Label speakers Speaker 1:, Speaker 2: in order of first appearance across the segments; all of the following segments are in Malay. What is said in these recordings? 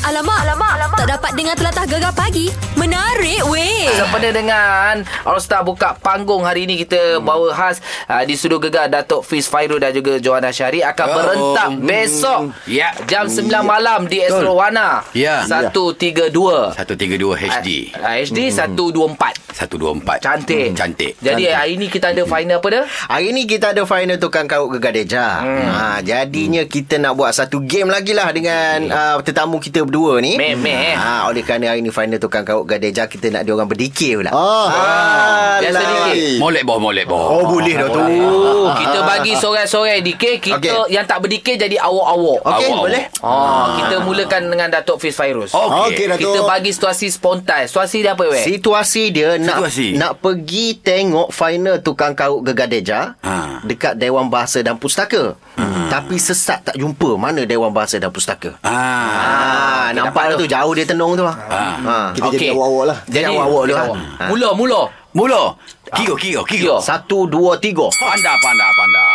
Speaker 1: Alamak, alamak, alamak. Tak dapat dengar telatah gegar pagi. Menarik weh.
Speaker 2: Ah.
Speaker 3: Sempena dengan All-Star buka panggung hari ini kita hmm. bawa khas uh, di studio gegar Datuk Fiz Fairul dan juga Johanna Syari akan
Speaker 2: Oh,
Speaker 3: oh. berentap
Speaker 2: hmm.
Speaker 3: besok
Speaker 2: Ya.
Speaker 3: jam 9 malam di Astro Wana.
Speaker 2: Ya.
Speaker 3: 132.
Speaker 2: 132 HD
Speaker 3: Ah, HD 124.
Speaker 2: 124
Speaker 3: Cantik.
Speaker 2: Hmm, Cantik Ah,
Speaker 3: Jadi hari ini kita ada final apa dah?
Speaker 4: Hari ni kita ada final tukang karut gegar deja. Hmm. Ha, jadinya hmm. kita nak buat satu game lagi lah dengan uh, tetamu kita berdua ni.
Speaker 3: Meh-meh, eh.
Speaker 4: Ha, oleh kerana hari ni final tukang karut gegar deja kita nak diorang berdikir pula.
Speaker 5: Ah.
Speaker 3: Biasa dikit.
Speaker 2: Molek boh molek boh
Speaker 4: Oh, boleh dah tu.
Speaker 3: Oh, kita
Speaker 2: ah,
Speaker 3: bagi sorai-sorai dikir Kita okay.
Speaker 4: Okey.
Speaker 3: yang tak berdikir jadi awak-awak
Speaker 4: Okey,
Speaker 2: Awak,
Speaker 4: boleh.
Speaker 3: oh, ah. Kita mulakan dengan Datuk Fiz Fairuz
Speaker 5: Okey, Datuk.
Speaker 3: Kita bagi situasi spontan Situasi dia apa weh?
Speaker 4: Situasi dia nak
Speaker 2: Situasi.
Speaker 4: nak pergi tengok final tukang karut gegar deja
Speaker 2: Ha.
Speaker 4: dekat Dewan Bahasa dan Pustaka. Tapi sesat tak jumpa mana Dewan Bahasa dan Pustaka.
Speaker 2: Ah,
Speaker 4: Ah, nampak dah tu jauh dia tenung tu ah. Ha.
Speaker 5: Kita jadi awak-awak lah.
Speaker 3: Jadi
Speaker 4: Jadi awak-awak dulu,
Speaker 3: awak.
Speaker 4: ha.
Speaker 3: Mula mula
Speaker 2: Mula Kigo kigo
Speaker 3: Kigo.
Speaker 2: kigo
Speaker 4: Satu, dua, tiga.
Speaker 2: Pandai pandai pandai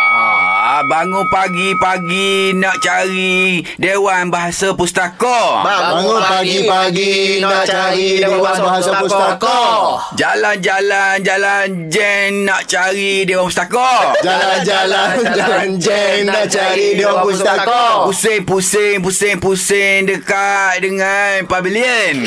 Speaker 2: Ah, bangun pagi-pagi nak cari Dewan Bahasa Pustaka.
Speaker 5: Bangun pagi-pagi nak cari Dewan Bahasa Pustaka.
Speaker 2: Jalan-jalan jalan Jen nak cari Dewan Pustaka.
Speaker 5: Jalan-jalan Jalan jen Nak cari Dewan Pustaka
Speaker 2: Pusing-pusing pusing-pusing dekat dengan pavilion.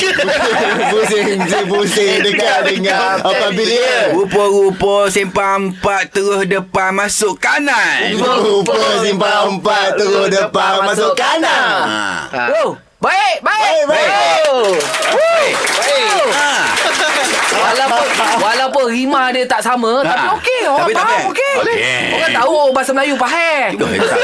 Speaker 5: Pusing si pusing Dekat dengan Apa bilion
Speaker 2: Rupa-rupa simpan empat terus depan masuk kanan.
Speaker 5: Rupa simpan empat Terus depan Masuk kanan
Speaker 2: Ha.
Speaker 3: ha. oh, Baik baik
Speaker 5: Baik, baik.
Speaker 3: Oh.
Speaker 2: Ha.
Speaker 3: Walaupun Walaupun rimah dia tak sama Tapi
Speaker 2: Ha.
Speaker 3: okey Orang
Speaker 2: Tapi tak
Speaker 3: faham
Speaker 2: apa.
Speaker 3: okey
Speaker 2: Okey.
Speaker 3: Orang tahu bahasa Melayu faham
Speaker 2: Duh, tak.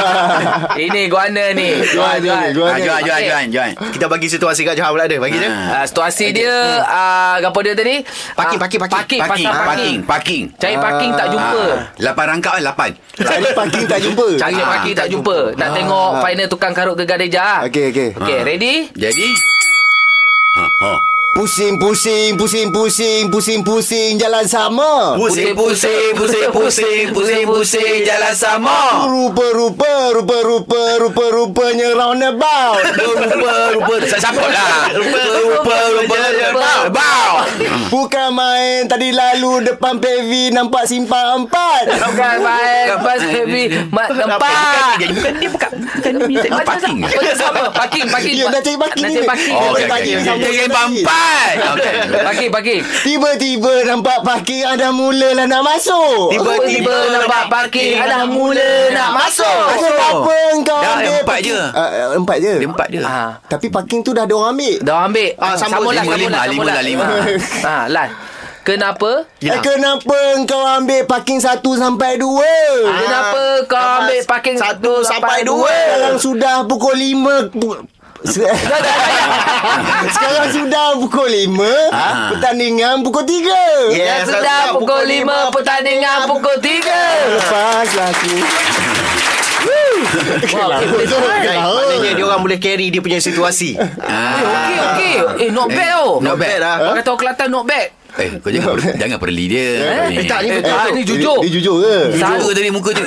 Speaker 3: Ini guana ni
Speaker 5: Johan, Johan, Johan.
Speaker 2: Ah, Johan, Johan, Johan, Johan.
Speaker 4: Kita bagi situasi kat Johan pula ada. Bagi je.
Speaker 3: Ah, situasi dia ah, apa dia tadi?
Speaker 4: Parking,
Speaker 3: Ah,
Speaker 4: parking, parking.
Speaker 3: Parking,
Speaker 2: Parking,
Speaker 3: pasal parking.
Speaker 2: parking, parking.
Speaker 3: Cari parking tak jumpa.
Speaker 2: Ah, lapan rangkap eh, lapan.
Speaker 5: Cari parking tak jumpa
Speaker 3: Cari
Speaker 2: Ah, Ah.
Speaker 3: parking tak jumpa. Nak tengok final tukang karut gegar deja.
Speaker 5: Okey, okey.
Speaker 3: Okey, ready?
Speaker 2: Jadi ha, ha.
Speaker 5: Pusing pusing Pusing pusing Pusing pusing Jalan sama
Speaker 2: Pusing, pusing, pusing, pusing, pusing, pusing, jalan sama.
Speaker 5: Rupa-rupa Rupa-rupa Rupa-rupanya roundabout
Speaker 2: Rupa, rupa, tak siapa lah. Rupa, rupa, rupa, rupa, bau.
Speaker 5: Bukan main Tadi lalu depan PV Nampak simpan empat
Speaker 3: Bukan baik Bas baby Mat tempat
Speaker 2: Jadi bukan dia bukan bukan dia tak parking.
Speaker 3: Macam sama Parking Parking
Speaker 5: Ya, nak cari parking
Speaker 3: Nak cari
Speaker 5: ni.
Speaker 3: parking
Speaker 2: Oh, okey,
Speaker 5: Cari
Speaker 2: okey.
Speaker 5: parking sama
Speaker 2: Jangan
Speaker 5: sekali.
Speaker 2: bampat. Okey.
Speaker 3: Parking Parking
Speaker 5: Tiba-tiba nampak parking Ada mulalah nak masuk
Speaker 3: Tiba-tiba nampak parking Alah mula nak masuk
Speaker 5: Ada apa engkau
Speaker 2: Dah,
Speaker 5: ambil
Speaker 2: empat
Speaker 5: parking?
Speaker 2: je.
Speaker 5: Ah, ah, Empat je
Speaker 2: Dia empat dia.
Speaker 3: Ah.
Speaker 5: Tapi parking tu dah diorang ambil
Speaker 3: Dah ambil
Speaker 5: Ah, sambung.
Speaker 3: Sambung lah
Speaker 2: Lima,
Speaker 3: sambung
Speaker 2: lima,
Speaker 3: lah, sambung
Speaker 2: lima lah, lima.
Speaker 3: lah. Ha lah Kenapa
Speaker 2: ya.
Speaker 5: Eh, kenapa engkau ambil parking satu sampai dua?
Speaker 2: Ya. Ah.
Speaker 3: Kenapa kau ambil parking
Speaker 4: satu sampai
Speaker 5: dua. Sekarang sudah pukul lima. Pu- se- Sekarang sudah pukul lima.
Speaker 2: Ah.
Speaker 5: Pertandingan pukul tiga.
Speaker 3: Dah sudah pukul lima Pertandingan pukul tiga
Speaker 5: Lepaslah aku.
Speaker 3: Wah, eh,
Speaker 4: Baik, Maknanya dia orang boleh carry dia punya situasi.
Speaker 3: Okey okey Ah. Eh not bad oh
Speaker 2: Not bad lah.
Speaker 5: ah.
Speaker 3: Orang kata orang Kelantan not bad
Speaker 2: Eh, kau jangan per- jangan perli dia.
Speaker 3: Eh, eh, tak ni
Speaker 5: Eh,
Speaker 3: betul
Speaker 5: Datuk,
Speaker 3: Ni jujur
Speaker 5: Dia, dia jujur ke?
Speaker 2: Jujur tadi muka tu.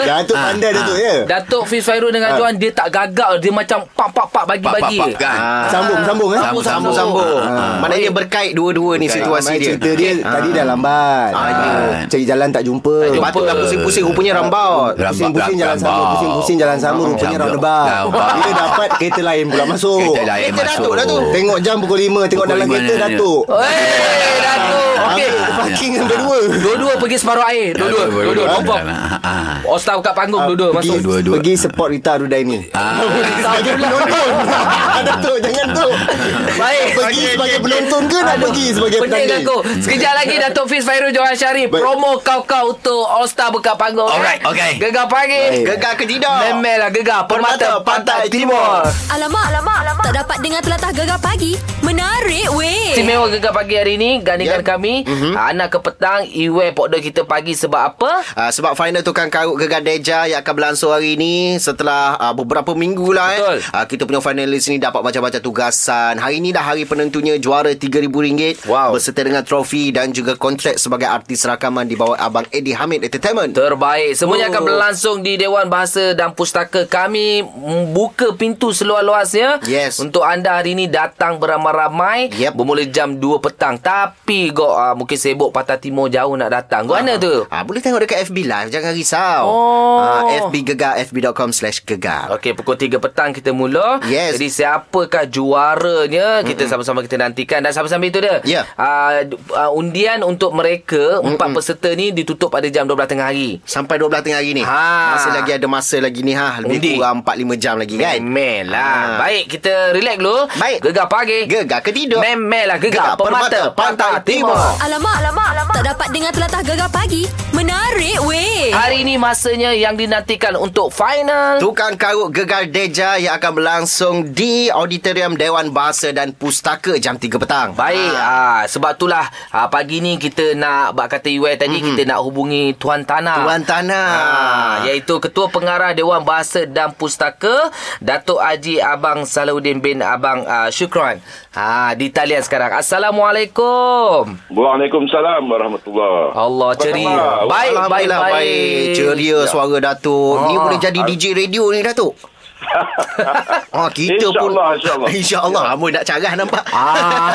Speaker 5: Datuk
Speaker 2: Ah.
Speaker 5: pandai Datuk ya?
Speaker 3: Datuk Fiz Fairul dengan Johan Dia tak gagak Dia macam Pak-pak-pak
Speaker 2: Pak pak
Speaker 3: bagi-bagi
Speaker 2: pak kan.
Speaker 3: Ah.
Speaker 5: Sambung, sambung eh?
Speaker 2: Sambung, sambung.
Speaker 4: Sambung.
Speaker 5: Ah.
Speaker 4: Maknanya berkait dua-dua ni situasi
Speaker 5: Ramai
Speaker 4: dia.
Speaker 5: Cerita dia
Speaker 2: Ah.
Speaker 5: tadi dah lambat.
Speaker 2: ya.
Speaker 5: Cari jalan tak jumpa.
Speaker 4: Lepas tu dah pusing-pusing rupanya rambaut.
Speaker 2: Rambat,
Speaker 5: Pusing-pusing jalan
Speaker 2: rambat.
Speaker 5: sama Pusing-pusing jalan sama Rupanya
Speaker 2: Rambat.
Speaker 5: roundabout
Speaker 2: Roundabout.
Speaker 5: Bila dapat Kereta lain pula masuk
Speaker 2: Kereta lain
Speaker 4: Kereta
Speaker 2: masuk.
Speaker 4: Datuk dah tu.
Speaker 5: Tengok jam pukul 5 Tengok
Speaker 2: Pukul
Speaker 5: dalam
Speaker 2: lima
Speaker 5: kereta
Speaker 2: ni.
Speaker 5: Datuk
Speaker 3: Eh, Datuk Okey
Speaker 5: Ambil Parking sampai 2
Speaker 3: Dua-dua pergi separuh air Ya, Dua-dua Dua-dua Ah, Confirm Ostar buka panggung Dua-dua masuk
Speaker 2: Dua-dua. Dua-dua.
Speaker 5: Pergi support Rita Rudaini
Speaker 3: ah,
Speaker 5: Sebagai penonton Datuk jangan tu
Speaker 3: Baik.
Speaker 5: Pergi sebagai penonton ke Nak pergi sebagai
Speaker 3: Pening
Speaker 5: penanding
Speaker 3: aku Sekejap lagi Datuk Fiz Fairul Johan Syarif
Speaker 5: Baik.
Speaker 3: Promo kau-kau untuk All Star buka panggung eh?
Speaker 2: Alright, okay.
Speaker 3: Gegar pagi
Speaker 5: Baik.
Speaker 4: Gegar ke tidak?
Speaker 3: Memelah gegar Permata
Speaker 4: Permata
Speaker 3: Pantai
Speaker 4: Pantai
Speaker 3: Timur
Speaker 1: Alamak, alamak, alamak. Tak dapat dengar telatah gegar pagi. Menarik weh.
Speaker 3: Istimewa gegar pagi hari ini Gandingan
Speaker 4: Ya.
Speaker 5: Yep.
Speaker 3: kami ni
Speaker 4: Mhm.
Speaker 3: mm-hmm. anak ke petang Iwe Pokda kita pagi sebab apa?
Speaker 4: Uh, sebab final tukang karut Gegar Deja yang akan berlangsung hari ini setelah uh, beberapa minggu lah eh.
Speaker 3: Betul.
Speaker 4: Uh, kita punya finalis ni dapat macam-macam tugasan. Hari ini dah hari penentunya juara RM3,000
Speaker 3: Wow.
Speaker 4: berserta dengan trofi dan juga kontrak sebagai artis rakaman di bawah Abang Eddie Hamid Entertainment.
Speaker 3: Terbaik. Semuanya oh.
Speaker 4: Oh.
Speaker 3: akan berlangsung di Dewan Bahasa dan Pustaka. Kami membuka pintu seluas-luasnya.
Speaker 4: Yes.
Speaker 3: Untuk anda hari ini datang beramai-ramai.
Speaker 4: Yep.
Speaker 3: Bermula jam 2 petang. Tapi kau uh, mungkin sibuk patah timur jauh nak datang. Kau mana tu?
Speaker 4: Ah, boleh tengok dekat FB Live Jangan risau
Speaker 3: Oh.
Speaker 4: ah, FB Gegar FB.com slash Gegar
Speaker 3: Okey, pukul 3 petang kita mula.
Speaker 4: Yes.
Speaker 3: Jadi siapakah juaranya? Kita sama-sama kita nantikan. Dan sambil-sambil itu dia.
Speaker 4: Ya.
Speaker 3: Uh, uh, undian untuk mereka, empat peserta ni ditutup pada jam 12 tengah hari.
Speaker 4: Sampai 12 tengah hari ni
Speaker 3: Ha.
Speaker 4: Masih lagi ada masa lagi ni ha Lebih
Speaker 3: Undi.
Speaker 4: kurang 4-5 jam lagi kan
Speaker 3: Memel lah.
Speaker 4: Ah.
Speaker 3: Baik, kita relax dulu.
Speaker 4: Baik.
Speaker 3: Gegar pagi.
Speaker 4: Gegar ke tidur
Speaker 3: Memel lah gegar,
Speaker 4: Gegar
Speaker 3: permata,
Speaker 4: Permata,
Speaker 3: pantai
Speaker 4: Pantai
Speaker 3: timur.
Speaker 4: Timur.
Speaker 1: Alamak, alamak, alamak. Tak dapat dengar telatah gegar pagi. Menarik weh.
Speaker 3: Hari ini masanya yang dinantikan untuk final.
Speaker 4: Tukang karut Gegar Deja yang akan berlangsung di Auditorium Dewan Bahasa dan Pustaka jam 3 petang.
Speaker 3: Baik, ha.
Speaker 4: Ah.
Speaker 3: sebab itulah ha, pagi ni kita nak, bak kata Iwai tadi, mm-hmm. kita nak hubungi Tuan Tanah.
Speaker 4: Tuan Ya, Tanah.
Speaker 3: Ah, iaitu Ketua Pengarah Dewan Bahasa dan Pustaka Datuk Haji Abang Salahuddin bin Abang uh, Syukron. Ha di talian sekarang. Assalamualaikum.
Speaker 6: Waalaikumsalam warahmatullahi
Speaker 3: Allah ceria. Baik,
Speaker 6: khabar?
Speaker 3: baik,
Speaker 4: Alhamdulillah,
Speaker 3: baik.
Speaker 4: Ceria suara Datuk. Ni
Speaker 3: Ah.
Speaker 4: boleh jadi DJ radio ni Datuk. Ah, kita pun
Speaker 6: InsyaAllah, insyaAllah.
Speaker 4: InsyaAllah Amoi nak carah nampak
Speaker 3: Ah.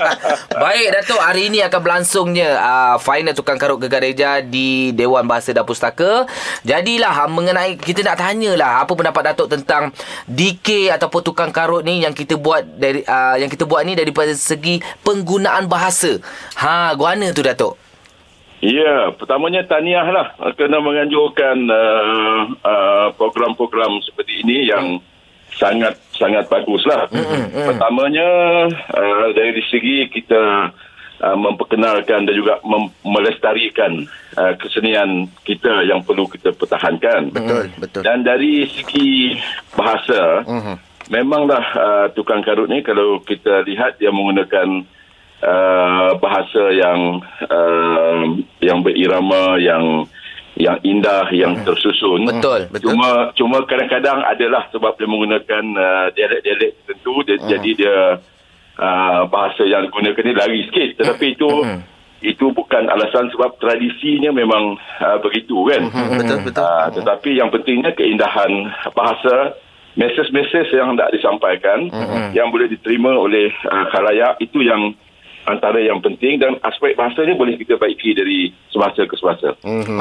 Speaker 3: Baik Datuk, hari ini akan berlangsungnya uh, final tukang karut gegar reja di Dewan Bahasa dan Pustaka. Jadilah ah, mengenai kita nak tanyalah apa pendapat Datuk tentang DK ataupun tukang karut ni yang kita buat dari uh, yang kita buat ni daripada segi penggunaan bahasa. Ha, guana tu Datuk.
Speaker 6: Ya, pertamanya tahniah lah kerana menganjurkan uh, uh, program-program seperti ini yang sangat sangat bagus lah. Pertamanya uh, dari segi kita uh, memperkenalkan dan juga mem- melestarikan uh, kesenian kita yang perlu kita pertahankan.
Speaker 4: Betul, betul. Mhm.
Speaker 6: Dan dari segi bahasa, memanglah uh, tukang karut ni kalau kita lihat dia menggunakan uh, bahasa yang uh, yang berirama, yang yang indah, yang tersusun.
Speaker 3: Betul,
Speaker 4: Mhm. betul.
Speaker 6: Cuma cuma kadang-kadang adalah sebab dia menggunakan uh, dialek-dialek tertentu, dia,
Speaker 4: Ah.
Speaker 6: jadi dia uh, bahasa yang digunakan ni lari
Speaker 4: Eh.
Speaker 6: sikit. Tetapi itu
Speaker 4: Hmm.
Speaker 6: itu bukan alasan sebab tradisinya memang uh, begitu kan.
Speaker 4: Hmm, Betul, betul.
Speaker 6: Ah, tetapi yang pentingnya keindahan bahasa, mesej-mesej yang nak disampaikan
Speaker 4: Hmm.
Speaker 6: yang boleh diterima oleh uh, khalayak itu yang antara yang penting dan aspek bahasanya boleh kita baiki dari semasa ke semasa.
Speaker 4: Mhm.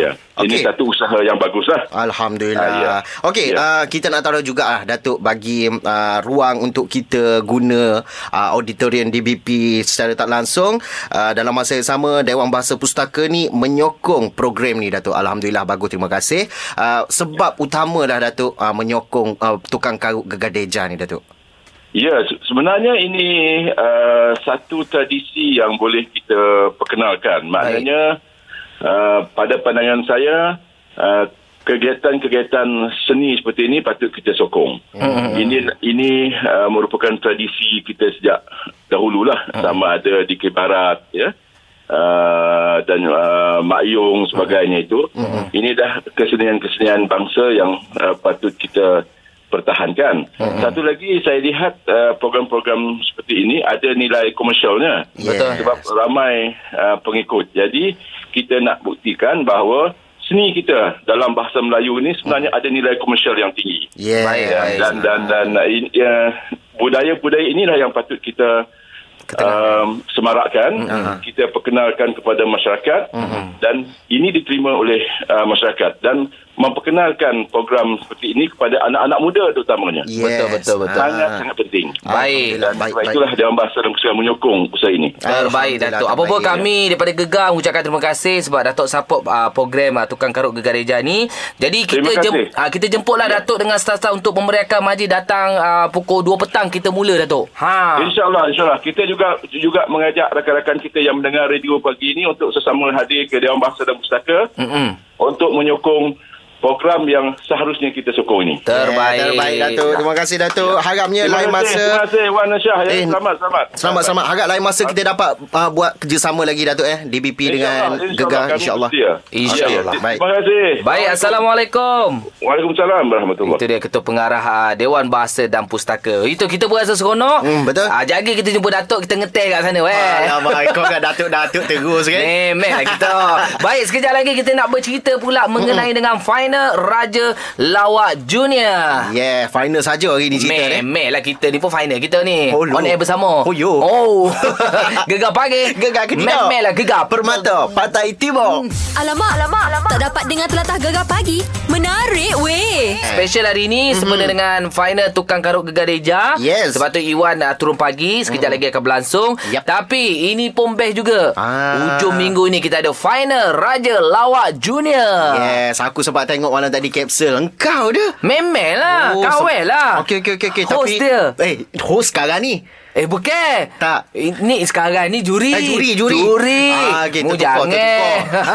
Speaker 6: Ya.
Speaker 4: Ah.
Speaker 6: Ini
Speaker 4: Okey.
Speaker 6: satu usaha yang bagus lah.
Speaker 4: Alhamdulillah.
Speaker 6: Ah, ya.
Speaker 4: Okey,
Speaker 6: Ya.
Speaker 4: uh, kita nak taruh juga ah Datuk bagi uh, ruang untuk kita guna uh, auditorium DBP secara tak langsung uh, dalam masa yang sama Dewan Bahasa Pustaka ni menyokong program ni Datuk. Alhamdulillah bagus terima kasih. Uh, sebab utama dah Datuk uh, menyokong uh, tukang karut gegar deja ni Datuk.
Speaker 6: Ya, se- sebenarnya ini uh, satu tradisi yang boleh kita perkenalkan. Maknanya uh, pada pandangan saya uh, kegiatan-kegiatan seni seperti ini patut kita sokong. Hmm. Ini ini uh, merupakan tradisi kita sejak dahululah hmm. sama ada di Kibarat ya. Uh, dan uh, Mak Yong sebagainya itu ini dah kesenian-kesenian bangsa yang uh, patut kita pertahankan. Hmm. Satu lagi saya lihat uh, program-program seperti ini ada nilai komersialnya.
Speaker 4: Betul.
Speaker 6: Sebab ramai uh, pengikut. Jadi kita nak buktikan bahawa seni kita dalam bahasa Melayu ini
Speaker 4: Hmm.
Speaker 6: sebenarnya ada nilai komersial yang tinggi.
Speaker 4: Yeah.
Speaker 6: Ya,
Speaker 3: Baik,
Speaker 6: Dan
Speaker 3: baik.
Speaker 6: dan dan, dan uh, in- uh, budaya-budaya inilah yang patut kita um, semarakkan,
Speaker 4: Hmm,
Speaker 6: kita perkenalkan kepada masyarakat dan ini diterima oleh uh, masyarakat dan memperkenalkan program seperti ini kepada anak-anak muda terutamanya.
Speaker 4: Yes. Ah.
Speaker 3: Betul, betul, betul.
Speaker 6: Sangat sangat penting.
Speaker 3: Baik.
Speaker 6: Dan
Speaker 4: Baik,
Speaker 6: sebab
Speaker 4: baik.
Speaker 6: itulah Dewan Bahasa dan Kesenian menyokong usaha ini.
Speaker 3: Terbaik
Speaker 4: Alhamdulillah,
Speaker 3: Datuk. Apa pun
Speaker 4: terbaik.
Speaker 3: kami daripada Gegar mengucapkan terima kasih sebab Datuk support uh, program uh, tukang karut Gegar Reja ni. Jadi
Speaker 6: Terima
Speaker 3: kita
Speaker 6: kasih.
Speaker 3: jem, uh, kita jemputlah Datuk dengan staf-staf untuk memeriahkan majlis datang uh, pukul 2 petang kita mula Datuk. Ha.
Speaker 6: InsyaAllah, insyaAllah. Kita juga juga mengajak rakan-rakan kita yang mendengar radio pagi ini untuk sesama hadir ke Dewan Bahasa dan Pustaka
Speaker 3: Mm-mm.
Speaker 6: untuk menyokong program yang seharusnya kita sokong ini.
Speaker 3: Terbaik.
Speaker 4: Ya, terbaik Datuk. Terima kasih Datuk. Harapnya
Speaker 6: Ya. Terima
Speaker 4: lain
Speaker 6: kasih,
Speaker 4: masa
Speaker 6: Terima kasih Wan Nasyah. Ya.
Speaker 4: Eh,
Speaker 6: Selamat, selamat.
Speaker 4: Selamat selamat. Harap lain masa kita dapat uh, buat kerjasama lagi Datuk eh DBP dengan Gegar insya-Allah.
Speaker 3: InsyaAllah.
Speaker 4: Baik.
Speaker 6: Terima kasih.
Speaker 3: Baik, Assalamualaikum.
Speaker 6: Waalaikumsalam warahmatullahi
Speaker 3: Itu dia ketua pengarah ah, Dewan Bahasa dan Pustaka. Itu kita berasa seronok.
Speaker 4: Hmm, betul.
Speaker 3: Ah, jadi kita jumpa Datuk, kita ngeteh kat sana. Weh.
Speaker 4: Alamak, kau kat Datuk-Datuk terus kan?
Speaker 3: Memek lah kita. Baik, sekejap lagi kita nak bercerita pula mengenai dengan final Raja Lawak Junior.
Speaker 4: Yeah, final saja hari ni cerita ni.
Speaker 3: Memek lah kita ni pun final kita ni.
Speaker 4: Oh, lo.
Speaker 3: On air bersama.
Speaker 4: Oh, yo.
Speaker 3: Oh. gegar pagi.
Speaker 4: Gegar Kedah.
Speaker 3: Memek lah gegar.
Speaker 4: Permata, Pantai Timur.
Speaker 1: Alamak, alamak, alamak. Tak dapat dengar telatah gegar pagi. Menarik weh.
Speaker 3: Special hari ni mm-hmm. sempena dengan final tukang karut gegar Deja.
Speaker 4: Yes.
Speaker 3: Sebab tu Iwan uh, turun pagi, sekejap mm-hmm. lagi akan berlangsung.
Speaker 4: Yap.
Speaker 3: Tapi ini pun best juga.
Speaker 4: Ah.
Speaker 3: Hujung minggu ni kita ada final Raja Lawak Junior.
Speaker 4: Yes, aku sempat tengok malam tadi kapsul. Engkau dia.
Speaker 3: Memel lah oh, Kawal
Speaker 4: se-
Speaker 3: lah
Speaker 4: Okey, okey, okey. Okay.
Speaker 3: Host dia
Speaker 4: Eh, host sekarang ni.
Speaker 3: Eh bukan
Speaker 4: Tak.
Speaker 3: Ini sekarang ni juri
Speaker 4: Eh, juri, juri.
Speaker 3: Juri
Speaker 4: Ah, okey,
Speaker 3: Mu
Speaker 4: tertukar,
Speaker 3: jangan.
Speaker 4: tertukar.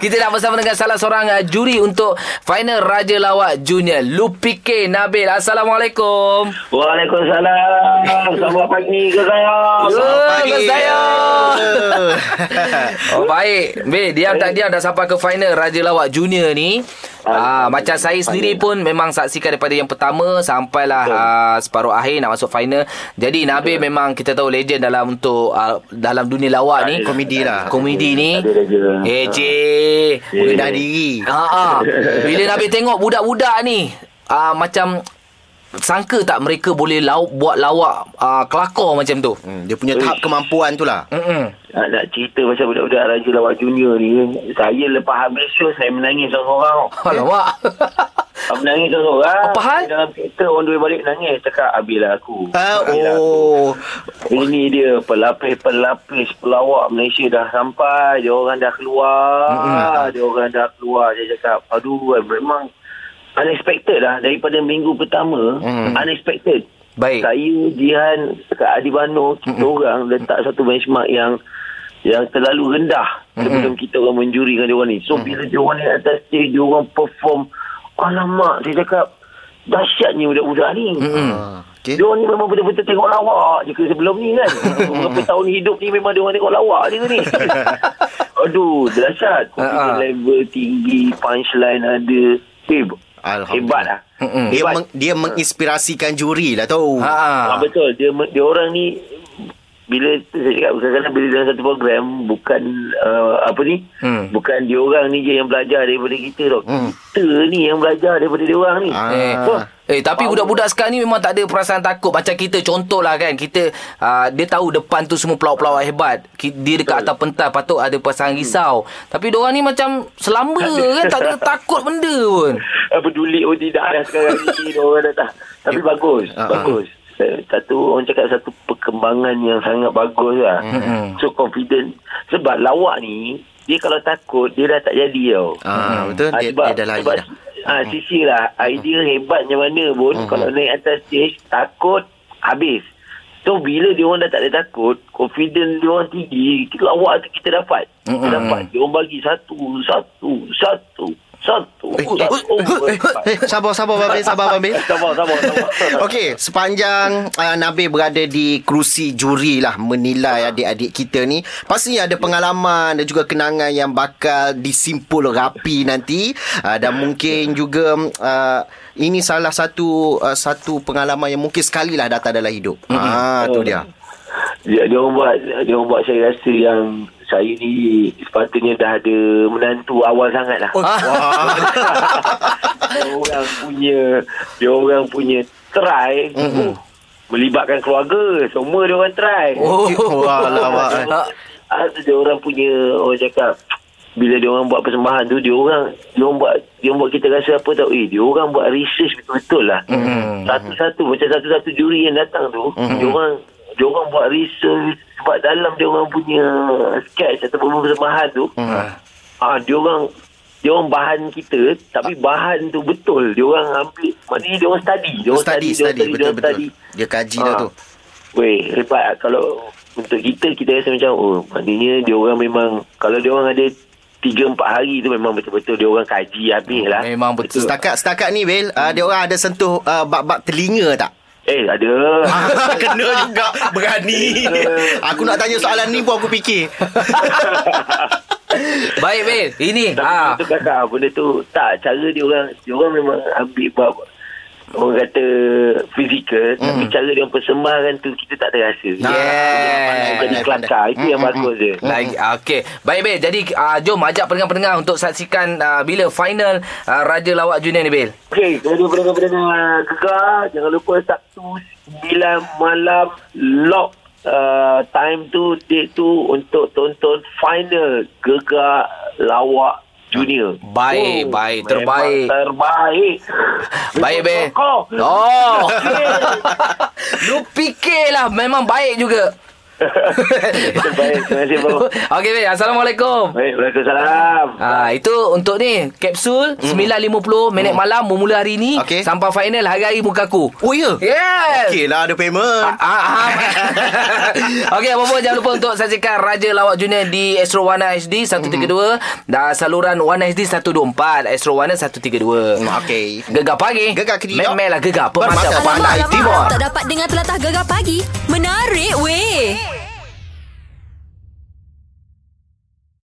Speaker 3: Kita nak bersama dengan salah seorang uh, juri Untuk final Raja Lawak Junior Lupike Nabil Assalamualaikum
Speaker 7: Waalaikumsalam. Selamat pagi geram.
Speaker 3: Selamat pagi saya
Speaker 4: Eh.
Speaker 3: Oh, baik Bil diam tak diam Dah sampai ke final Raja Lawak Junior ni Ah, macam saya sendiri pun memang saksikan daripada yang pertama sampailah ah, separuh akhir nak masuk final. Jadi Nabil memang kita tahu legend dalam untuk ah, dalam dunia lawak ni.
Speaker 4: Komedi lah.
Speaker 3: Komedi ni.
Speaker 7: Ada legend.
Speaker 3: Eh, cik.
Speaker 4: Mengenal diri.
Speaker 3: Ha ah. Bila Nabi tengok budak-budak ni ah, macam sangka tak mereka boleh lau, buat lawak ah, kelakor macam tu.
Speaker 4: Hmm, dia punya tahap kemampuan tu lah.
Speaker 3: Hmm.
Speaker 7: Nak, Ah, nak cerita pasal budak-budak Raja Lawak Junior ni. Saya lepas habis show, saya menangis seorang-seorang.
Speaker 3: Alamak.
Speaker 7: Saya menangis seorang-seorang.
Speaker 4: Oh,
Speaker 3: Apa hal?
Speaker 7: Dalam kereta, orang dua balik nangis. Cakap, abilah aku.
Speaker 4: Ah,
Speaker 7: Abilah aku.
Speaker 4: oh.
Speaker 7: Ini dia pelapis-pelapis pelawak Malaysia dah sampai. Dia orang dah keluar. Dia orang dah keluar. Dia cakap, aduh memang unexpected lah. Daripada minggu pertama, unexpected.
Speaker 3: Baik.
Speaker 7: Saya, Jihan, dekat Adi Bano, kita orang letak satu benchmark yang yang terlalu rendah sebelum kita orang menjuri dengan diorang ni. So, bila diorang ni atas stage, diorang perform. Alamak, dia cakap, dahsyatnya budak-budak ni.
Speaker 4: Hmm. Okay.
Speaker 7: Dia orang ni memang betul-betul tengok lawak je ke sebelum ni kan. Beberapa tahun hidup ni memang dia orang tengok lawak je ke ni. Aduh, dahsyat.
Speaker 3: Ah, ah.
Speaker 7: Confidence level tinggi, punchline ada. Heb, hebat lah.
Speaker 4: Dia, meng, dia menginspirasikan juri lah tau.
Speaker 3: Ha.
Speaker 7: Ah, betul. Dia, me- dia orang ni bila saya cakap kadang-kadang bila dalam satu program bukan uh, apa ni
Speaker 3: Hmm.
Speaker 7: bukan dia orang ni je yang belajar daripada kita tau kita ni yang belajar daripada dia orang ni
Speaker 3: Eh,
Speaker 7: So,
Speaker 3: eh tapi budak-budak sekarang ni memang tak ada perasaan takut macam kita contohlah kan kita uh, dia tahu depan tu semua pelawak-pelawak hebat Ki- dia dekat atas pentas patut ada perasaan risau tapi diorang ni macam selamba kan Hmm. tak ada takut benda pun
Speaker 7: Eh, peduli oh tidak dah sekarang ni orang dah tak. Tapi bagus,
Speaker 4: Ah, ah.
Speaker 7: bagus. Eh, Satu orang cakap satu perkembangan yang sangat bagus lah.
Speaker 4: Mm-hmm.
Speaker 7: So confident sebab lawak ni dia kalau takut dia dah tak jadi tau.
Speaker 4: Ah, betul.
Speaker 7: Ah,
Speaker 4: Dia, dia dah lari
Speaker 7: sebab,
Speaker 4: dah.
Speaker 7: Ah, sisi lah idea hebat macam mana pun kalau naik atas stage takut habis. So bila dia orang dah tak ada takut, confident dia orang tinggi, kita lawak tu kita dapat. Kita dapat. Dia orang bagi satu, satu, satu, satu.
Speaker 4: Eh, eh,
Speaker 7: satu.
Speaker 4: eh, eh, sabar, sabar, Babil. Sabar, Babil.
Speaker 7: Sabar, sabar, sabar.
Speaker 4: Okey, sepanjang uh, Nabil berada di kerusi juri
Speaker 3: Ah.
Speaker 4: lah menilai adik-adik kita ni, pasti ada pengalaman dan juga kenangan yang bakal disimpul rapi nanti uh, dan mungkin juga uh, ini salah satu uh, satu pengalaman yang mungkin sekali lah datang dalam hidup. Mm-hmm. Ah,
Speaker 3: Oh.
Speaker 4: tu dia.
Speaker 7: Ya, Dia, dia orang buat dia orang buat saya rasa yang saya ni sepatutnya dah ada menantu awal sangat lah. Oh, dia orang punya dia orang punya try mm-hmm. melibatkan keluarga. Semua dia orang try.
Speaker 3: oh
Speaker 4: Wah, lawak, eh.
Speaker 3: Ah,
Speaker 7: Ah, dia orang punya orang cakap bila dia orang buat persembahan tu dia orang dia orang buat dia orang buat kita rasa apa tau eh dia orang buat research betul-betul lah mm-hmm. satu-satu macam satu-satu juri yang datang tu mm-hmm. dia orang dia orang buat research sebab dalam dia orang punya sketch atau persembahan tu mm. ah dia orang dia orang bahan kita tapi bahan tu betul dia orang ambil maknanya dia orang study dia orang
Speaker 4: Study,
Speaker 7: dia orang
Speaker 4: study,
Speaker 7: dia orang
Speaker 4: betul-betul. Dia kaji dah
Speaker 7: Ah.
Speaker 4: tu.
Speaker 7: Weh, hebat lah. kalau untuk kita kita rasa macam oh, maknanya dia orang memang kalau dia orang ada 3 4 hari tu memang betul-betul dia orang kaji habis
Speaker 4: Oh,
Speaker 7: lah.
Speaker 3: Memang Ah, betul.
Speaker 4: Setakat setakat ni Bil, uh, dia orang ada sentuh uh, bab-bab telinga tak?
Speaker 7: Eh ada.
Speaker 4: Kena juga berani. aku nak tanya soalan ni pun aku fikir.
Speaker 3: Baik, Bil. Ini.
Speaker 7: Tapi
Speaker 3: Ha.
Speaker 7: ha. tu kakak benda tu tak cara dia orang dia orang memang ambil bab orang kata fizikal mm. tapi cara dia orang persembahkan tu kita tak terasa.
Speaker 3: Yeah.
Speaker 7: Jadi kelakar itu yang bagus dia.
Speaker 3: Lagi okey. Baik baik. Jadi uh, jom ajak pendengar-pendengar untuk saksikan uh, bila final uh, Raja Lawak Junior ni Bil.
Speaker 7: Okey, kepada pendengar-pendengar Gegar, jangan lupa Sabtu 9 malam lock uh, time tu, date tu untuk tonton final Gegar Lawak Junior.
Speaker 3: Baik, baik.
Speaker 7: memang
Speaker 3: Terbaik.
Speaker 7: Terbaik.
Speaker 3: Baik Bil.
Speaker 7: Kokoh.
Speaker 3: Oh. Lu fikirlah memang baik juga.
Speaker 7: Baik, terima kasih, Bang.
Speaker 3: Okey Bil. Assalamualaikum.
Speaker 7: Baik, Waalaikumsalam.
Speaker 3: Ah itu untuk ni kapsul 9.50 minit malam bermula hari ni
Speaker 4: Hmm. Okey.
Speaker 3: sampai final hari-hari muka aku.
Speaker 4: Oh ya.
Speaker 3: Yes.
Speaker 4: Okey lah ada payment.
Speaker 3: Ah, ah. Okey, apa pun jangan lupa untuk saksikan Raja Lawak Junior di Astro Warna HD 132
Speaker 4: Hmm.
Speaker 3: dan saluran Warna HD 124, Astro Warna 132.
Speaker 4: Hmm, okey.
Speaker 3: Gegar pagi.
Speaker 4: Gegar kediri.
Speaker 3: Memelah gegar
Speaker 4: Bermata
Speaker 3: pemata
Speaker 4: pandai
Speaker 3: pandai timur.
Speaker 1: Tak dapat dengar telatah gegar pagi. Menarik weh.
Speaker 4: Eh.